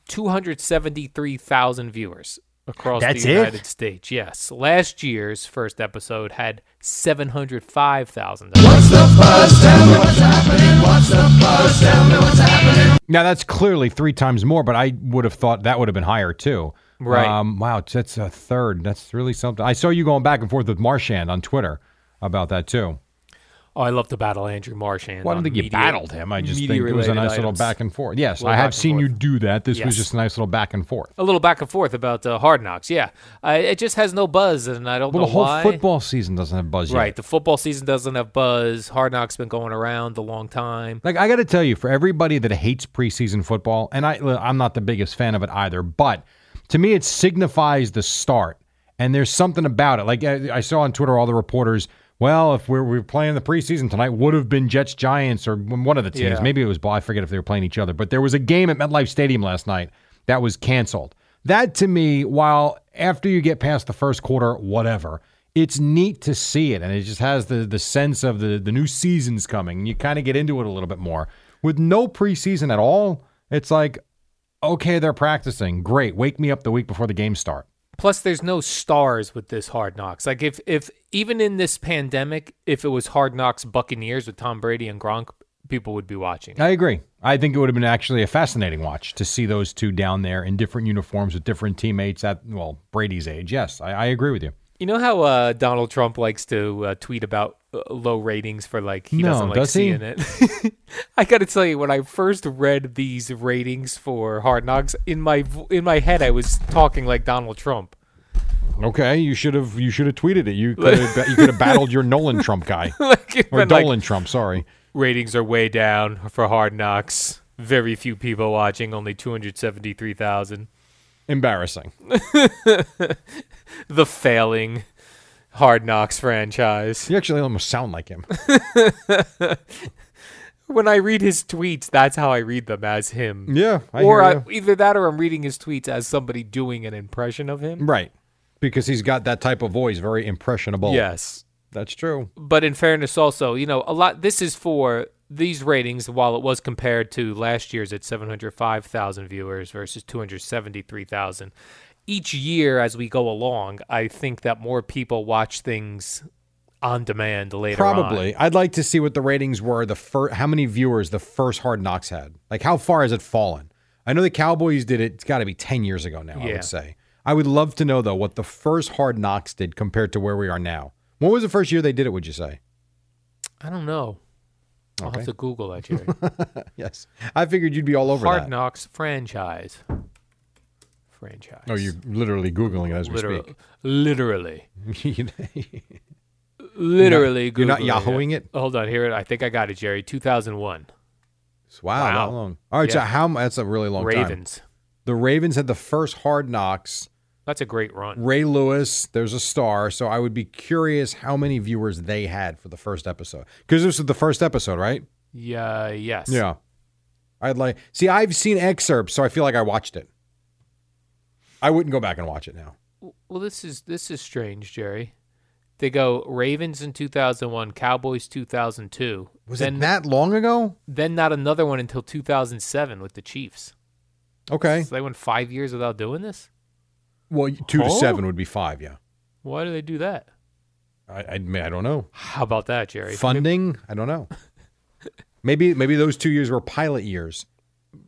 E: two hundred seventy-three thousand viewers across
C: That's
E: the
C: it?
E: United States. Yes, last year's first episode had seven hundred five thousand.
C: Now that's clearly three times more, but I would have thought that would have been higher too.
E: Right.
C: Um, wow, that's a third. That's really something. I saw you going back and forth with Marshand on Twitter about that too.
E: Oh, I love to battle Andrew Marchand.
C: Well, I don't
E: on
C: think you
E: media-
C: battled him. I just think it was a
E: media-related
C: nice little
E: items.
C: back and forth. Yes,
E: Little
C: I
E: back
C: have
E: and
C: seen you
E: forth.
C: do that. This was
E: Yes. Oh,
C: just a nice little back and forth.
E: A little back and forth about uh, Hard Knocks. Yeah, uh, it just has no buzz, and I don't
C: Well,
E: know
C: the whole
E: why.
C: football season doesn't have buzz yet.
E: Right, the football season doesn't have buzz. Hard Knocks been going around a long time.
C: Like I got to tell you, for everybody that hates preseason football, and I look, I'm not the biggest fan of it either, but to me it signifies the start, and there's something about it. Like I, I saw on Twitter, all the reporters. Well, if we're, we're playing the preseason tonight, would have been Jets Giants or one of the teams.
E: Yeah.
C: Maybe it was Ball. I forget if they were playing each other, but there was a game at MetLife Stadium last night that was canceled. That to me, while after you get past the first quarter, whatever, it's neat to see it, and it just has the the sense of the the new season's coming, and you kind of get into it a little bit more. With no preseason at all, it's like, okay, they're practicing. Great, wake me up the week before the games start.
E: Plus, there's no stars with this Hard Knocks. Like if if even in this pandemic, if it was Hard Knocks Buccaneers with Tom Brady and Gronk, people would be watching.
C: I agree. I think it would have been actually a fascinating watch to see those two down there in different uniforms with different teammates at well Brady's age. Yes, I, I agree with you.
E: You know how uh, Donald Trump likes to uh, tweet about uh, low ratings for like he
C: No,
E: doesn't like
C: does he?
E: seeing it. I got to tell you, when I first read these ratings for Hard Knocks, in my vo- in my head, I was talking like Donald Trump.
C: Okay, you should have you should have tweeted it. You could have, you could have battled your Nolan Trump guy
E: like, it
C: or
E: went like,
C: Dolan Trump. Sorry,
E: ratings are way down for Hard Knocks. Very few people watching, only two hundred seventy three thousand.
C: Embarrassing.
E: the failing Hard Knocks franchise.
C: You actually almost sound like him.
E: When I read his tweets, that's how I read them as him.
C: Yeah, I
E: or
C: hear
E: I, either that, or I'm reading his tweets as somebody doing an impression of him.
C: Right. Because he's got that type of voice, very impressionable.
E: Yes.
C: That's true.
E: but in fairness also you know a lot this is for these ratings while it was compared to last year's at 705000 viewers versus 273000 each year as we go along i think that more people watch things on demand later on.
C: Probably. I'd like to see what the ratings were the fir- how many viewers the first Hard Knocks had. Like how far has it fallen? I know the Cowboys did it. It's got to be 10 years ago now, I
E: Yeah.
C: would say. I would love to know though what the first Hard Knocks did compared to where we are now. When was the first year they did it, would you say?
E: i don't know i'll have to google that Jerry.
C: Yes. I figured you'd be all over
E: hard
C: that.
E: knocks franchise franchise
C: Oh, you're literally googling it as we
E: literally literally
C: speak.
E: literally
C: you're not
E: Googling it.
C: Yahooing it?
E: hold on here i think i got it jerry 2001
C: wow, that
E: Wow.
C: long. All right, so
E: Yeah.
C: how m- that's a really long time.
E: ravens
C: The Ravens had the first hard knocks.
E: That's a great run.
C: Ray Lewis, there's a star. So I would be curious how many viewers they had for the first episode. Because this was the first episode, right?
E: Yeah. Yes.
C: Yeah. I'd like see, I've seen excerpts, so I feel like I watched it. I wouldn't go back and watch it now.
E: W- Well, this is this is strange, Jerry. They go Ravens in 2001, Cowboys 2002.
C: Was
E: then,
C: it that long ago?
E: Then not another one until 2007 with the Chiefs.
C: Okay.
E: So they went five years without doing this.
C: Well, two to
E: Huh?
C: seven would be five, yeah.
E: Why do they do that?
C: I I, mean, I don't know.
E: How about that, Jerry?
C: Funding? I don't know. Maybe maybe those two years were pilot years,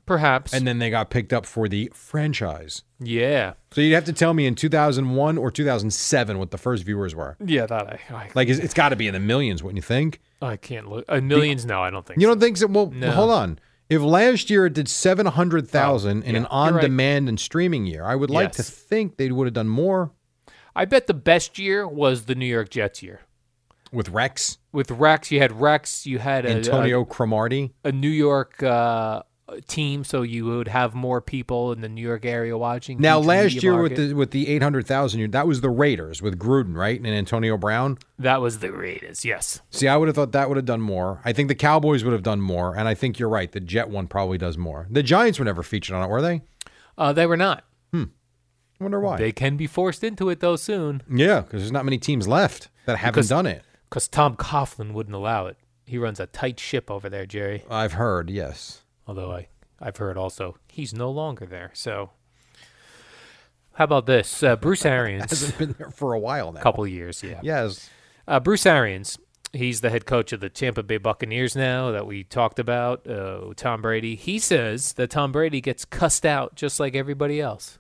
E: Perhaps.
C: and then they got picked up for the franchise.
E: yeah.
C: So you'd have to tell me in 2001 or 2007 what the first viewers were.
E: Yeah. That I. I,
C: Like it's, it's got to be in the millions, wouldn't you think?
E: I can't look. Uh, millions? no, I don't think.
C: You
E: so.
C: don't think so? Well,
E: No.
C: hold on. If last year it did 700,000 in an
E: Oh, right.
C: on-demand and streaming year, I would like to
E: Yes.
C: think they would have done more
E: I bet the best year was the New York Jets year.
C: with Rex,
E: With Rex, you had Rex, you had a, a-
C: Antonio Cromartie.
E: a New York uh, team, so you would have more people in the New York area watching.
C: Now
E: huge
C: last
E: media
C: year
E: market.
C: with the with the 800,000 year, that was the Raiders with Gruden, right? And Antonio Brown.
E: that was the Raiders, yes.
C: See, I would have thought that would have done more. I think the Cowboys would have done more, and I think you're right. The Jet one probably does more. The Giants were never featured on it, were they?
E: Uh, they were not.
C: I wonder why.
E: They can be forced into it though soon,
C: Yeah, because there's not many teams left that haven't
E: Because-
C: done it.
E: because Tom Coughlin wouldn't allow it. He runs a tight ship over there, Jerry.
C: I've heard, yes.
E: Although I, I've heard also he's no longer there. So, how about this, uh, Bruce Arians?
C: Hasn't been there for a while now.
E: couple years, yeah.
C: Yes.
E: Uh, Bruce Arians, he's the head coach of the Tampa Bay Buccaneers now that we talked about. Uh, Tom Brady. He says that Tom Brady gets cussed out just like everybody else.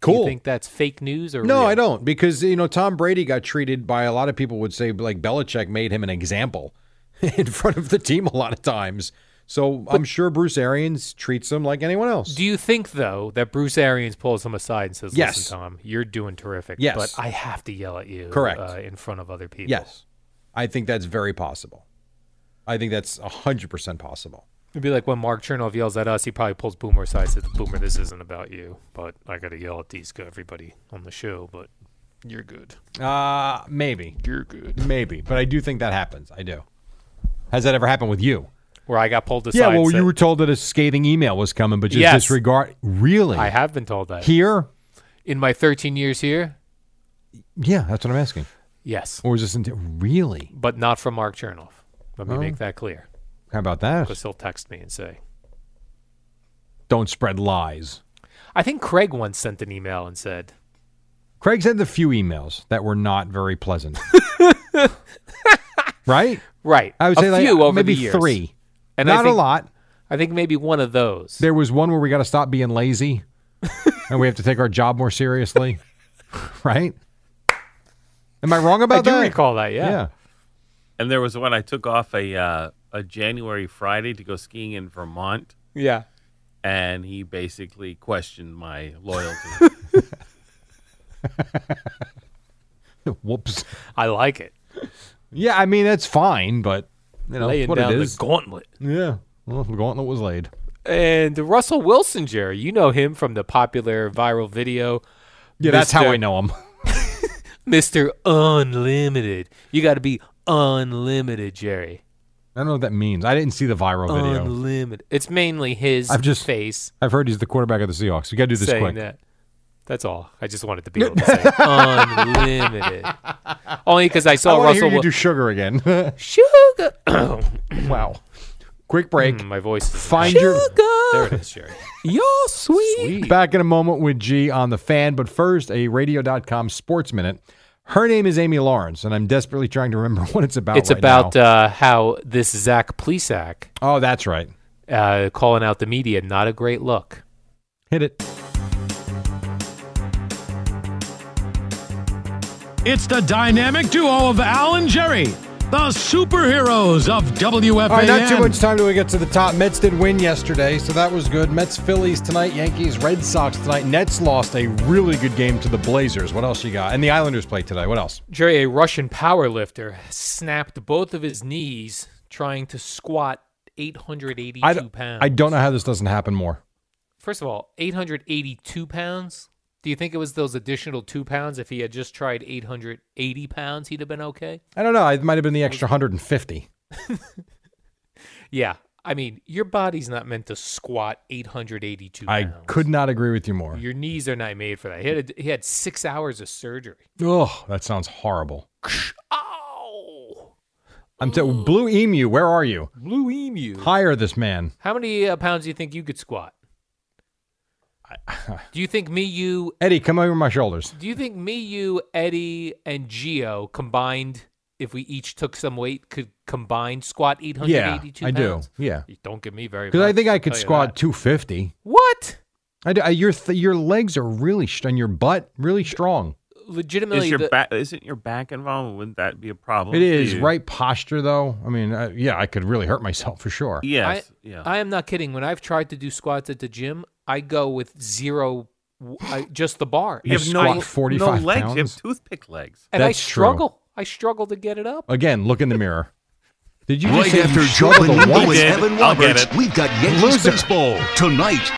E: Do
C: Cool.
E: you think that's fake news or
C: no,
E: real?
C: I don't, because you know Tom Brady got treated by a lot of people would say like Belichick made him an example in front of the team a lot of times. So I'm sure Bruce Arians treats him like anyone else.
E: Do you think though that Bruce Arians pulls him aside and says,
C: Yes.
E: "Listen, Tom, you're doing terrific,
C: Yes.
E: but I have to yell at you,
C: Correct.
E: uh, in front of other people."
C: yes, I think that's very possible. I think that's hundred percent possible.
E: it'd be like when Mark Chernoff yells at us, he probably pulls Boomer aside, and says, "Boomer, this isn't about you, but I got to yell at these everybody on the show, but you're good,
C: Uh maybe,
E: you're good."
C: maybe, but I do think that happens. I do. Has that ever happened with you?
E: where I got pulled aside.
C: Yeah, well,
E: and
C: you
E: said-
C: were told that a scathing email was coming, but just
E: Yes.
C: disregard. Really?
E: I have been told that
C: Here?
E: in my 13 years here.
C: Yeah, that's what I'm asking.
E: Yes,
C: Or is this into. Really?
E: but not from Mark Chernoff. Let me
C: Oh.
E: make that clear
C: How about that?
E: because he'll text me and say.
C: Don't spread lies.
E: I think Craig once sent an email and said,
C: Craig sent a few emails that were not very pleasant. right?
E: "Right,
C: I would
E: a
C: say like
E: few over
C: maybe
E: the years.
C: three.
E: and
C: not
E: I think,
C: a lot.
E: I think maybe one of those.
C: There was one where we got to stop being lazy and we have to take our job more seriously. right? Am I wrong about
E: I do
C: that?
E: recall that. Yeah.
C: Yeah.
D: And there was one I took off a uh, a January Friday to go skiing in Vermont,
E: yeah.
D: and he basically questioned my loyalty.
C: Whoops.
E: I like it.
C: Yeah, I mean that's fine, but you know
E: Laying
C: what
E: down
C: it
E: the
C: is.
E: gauntlet.
C: yeah, well, the gauntlet was laid.
E: and Russell Wilson, Jerry. You know him from the popular viral video.
C: Yeah, that's how
E: Mr.
C: I know him.
E: Mr. Unlimited. You got to be unlimited, Jerry.
C: I don't know what that means. I didn't see the viral
E: Oh,
C: video.
E: Unlimited. It's mainly his
C: I've just-
E: face
C: I've heard he's the quarterback of the Seahawks. You got to do this
E: saying
C: quick.
E: that. That's all. I just wanted to be able to say unlimited. Only because I
C: I
E: saw
C: want to
E: Russell
C: hear you
E: Wil-
C: do sugar again.
E: Sugar.
C: wow. Quick break.
E: Mm, My voice. is-
C: Find your
E: There it is, Jerry. You're sweet.
C: Back in a moment with G on the fan, but first, a radio.com sports minute. Her name is Amy Lawrence, and I'm desperately trying to remember what it's about.
E: It's
C: right
E: about
C: now.
E: uh, how this Zach Plesak
C: oh, that's right.
E: uh, calling out the media, not a great look.
C: Hit it.
B: It's the dynamic duo of Al and Jerry, the superheroes of WFAN.
C: All right, not too much time till we get to the top. Mets did win yesterday, so that was good. Mets, Phillies tonight, Yankees, Red Sox tonight. Nets lost a really good game to the Blazers. What else you got? And the Islanders played today. What else?
E: Jerry, a Russian power lifter, snapped both of his knees trying to squat 882
C: I d-
E: pounds.
C: I don't know how this doesn't happen more.
E: First of all, 882 pounds. Do you think it was those additional two pounds? If he had just tried 880 pounds, he'd have been okay.
C: I don't know. It might have been the extra 150.
E: Yeah, I mean, your body's not meant to squat 882.
C: I
E: pounds.
C: could not agree with you more.
E: Your knees are not made for that. He had, a, he had six hours of surgery.
C: Oh, that sounds horrible.
E: Oh,
C: I'm t- Blue Emu, where are you?
E: blue emu.
C: Hire this man.
E: How many uh, pounds do you think you could squat? do you think me, you,
C: Eddie, come over my shoulders.
E: do you think me, you, Eddie, and Geo combined, if we each took some weight, could combined squat 882
C: I do.
E: pounds?
C: Yeah.
E: You don't give me very
C: Because I
E: much,
C: think I
E: I'll
C: could
E: tell you that.
C: squat 250.
E: What?
C: I do, I, your th- your legs are really sh- and your butt really strong.
E: Legitimately,
D: Is your
E: the-
D: back? Isn't your back involved? Wouldn't that be a problem?
C: It
D: for
C: is
D: you?
C: right posture though. I mean, uh, yeah, I could really hurt myself for sure.
D: Yes.
E: I,
D: yeah.
E: I am not kidding. When I've tried to do squats at the gym, I go with zero, w- I, just the bar.
C: You
D: You
E: and
D: have
C: squat
D: no,
C: 45
D: no legs. You
C: pounds?
D: have toothpick legs.
E: and I
C: That's true.
E: struggle. I struggle to get it up.
C: Again, look in the mirror. Did you just
G: Right
C: say you
G: after
C: struggle
G: Joe
C: to
G: Beningo
C: walk?
G: is
D: did.
G: Evan
D: I'll get
G: Roberts,
D: it.
G: we've got Yankees
C: Loser.
G: baseball tonight